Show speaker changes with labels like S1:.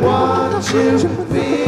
S1: Wanna choose you,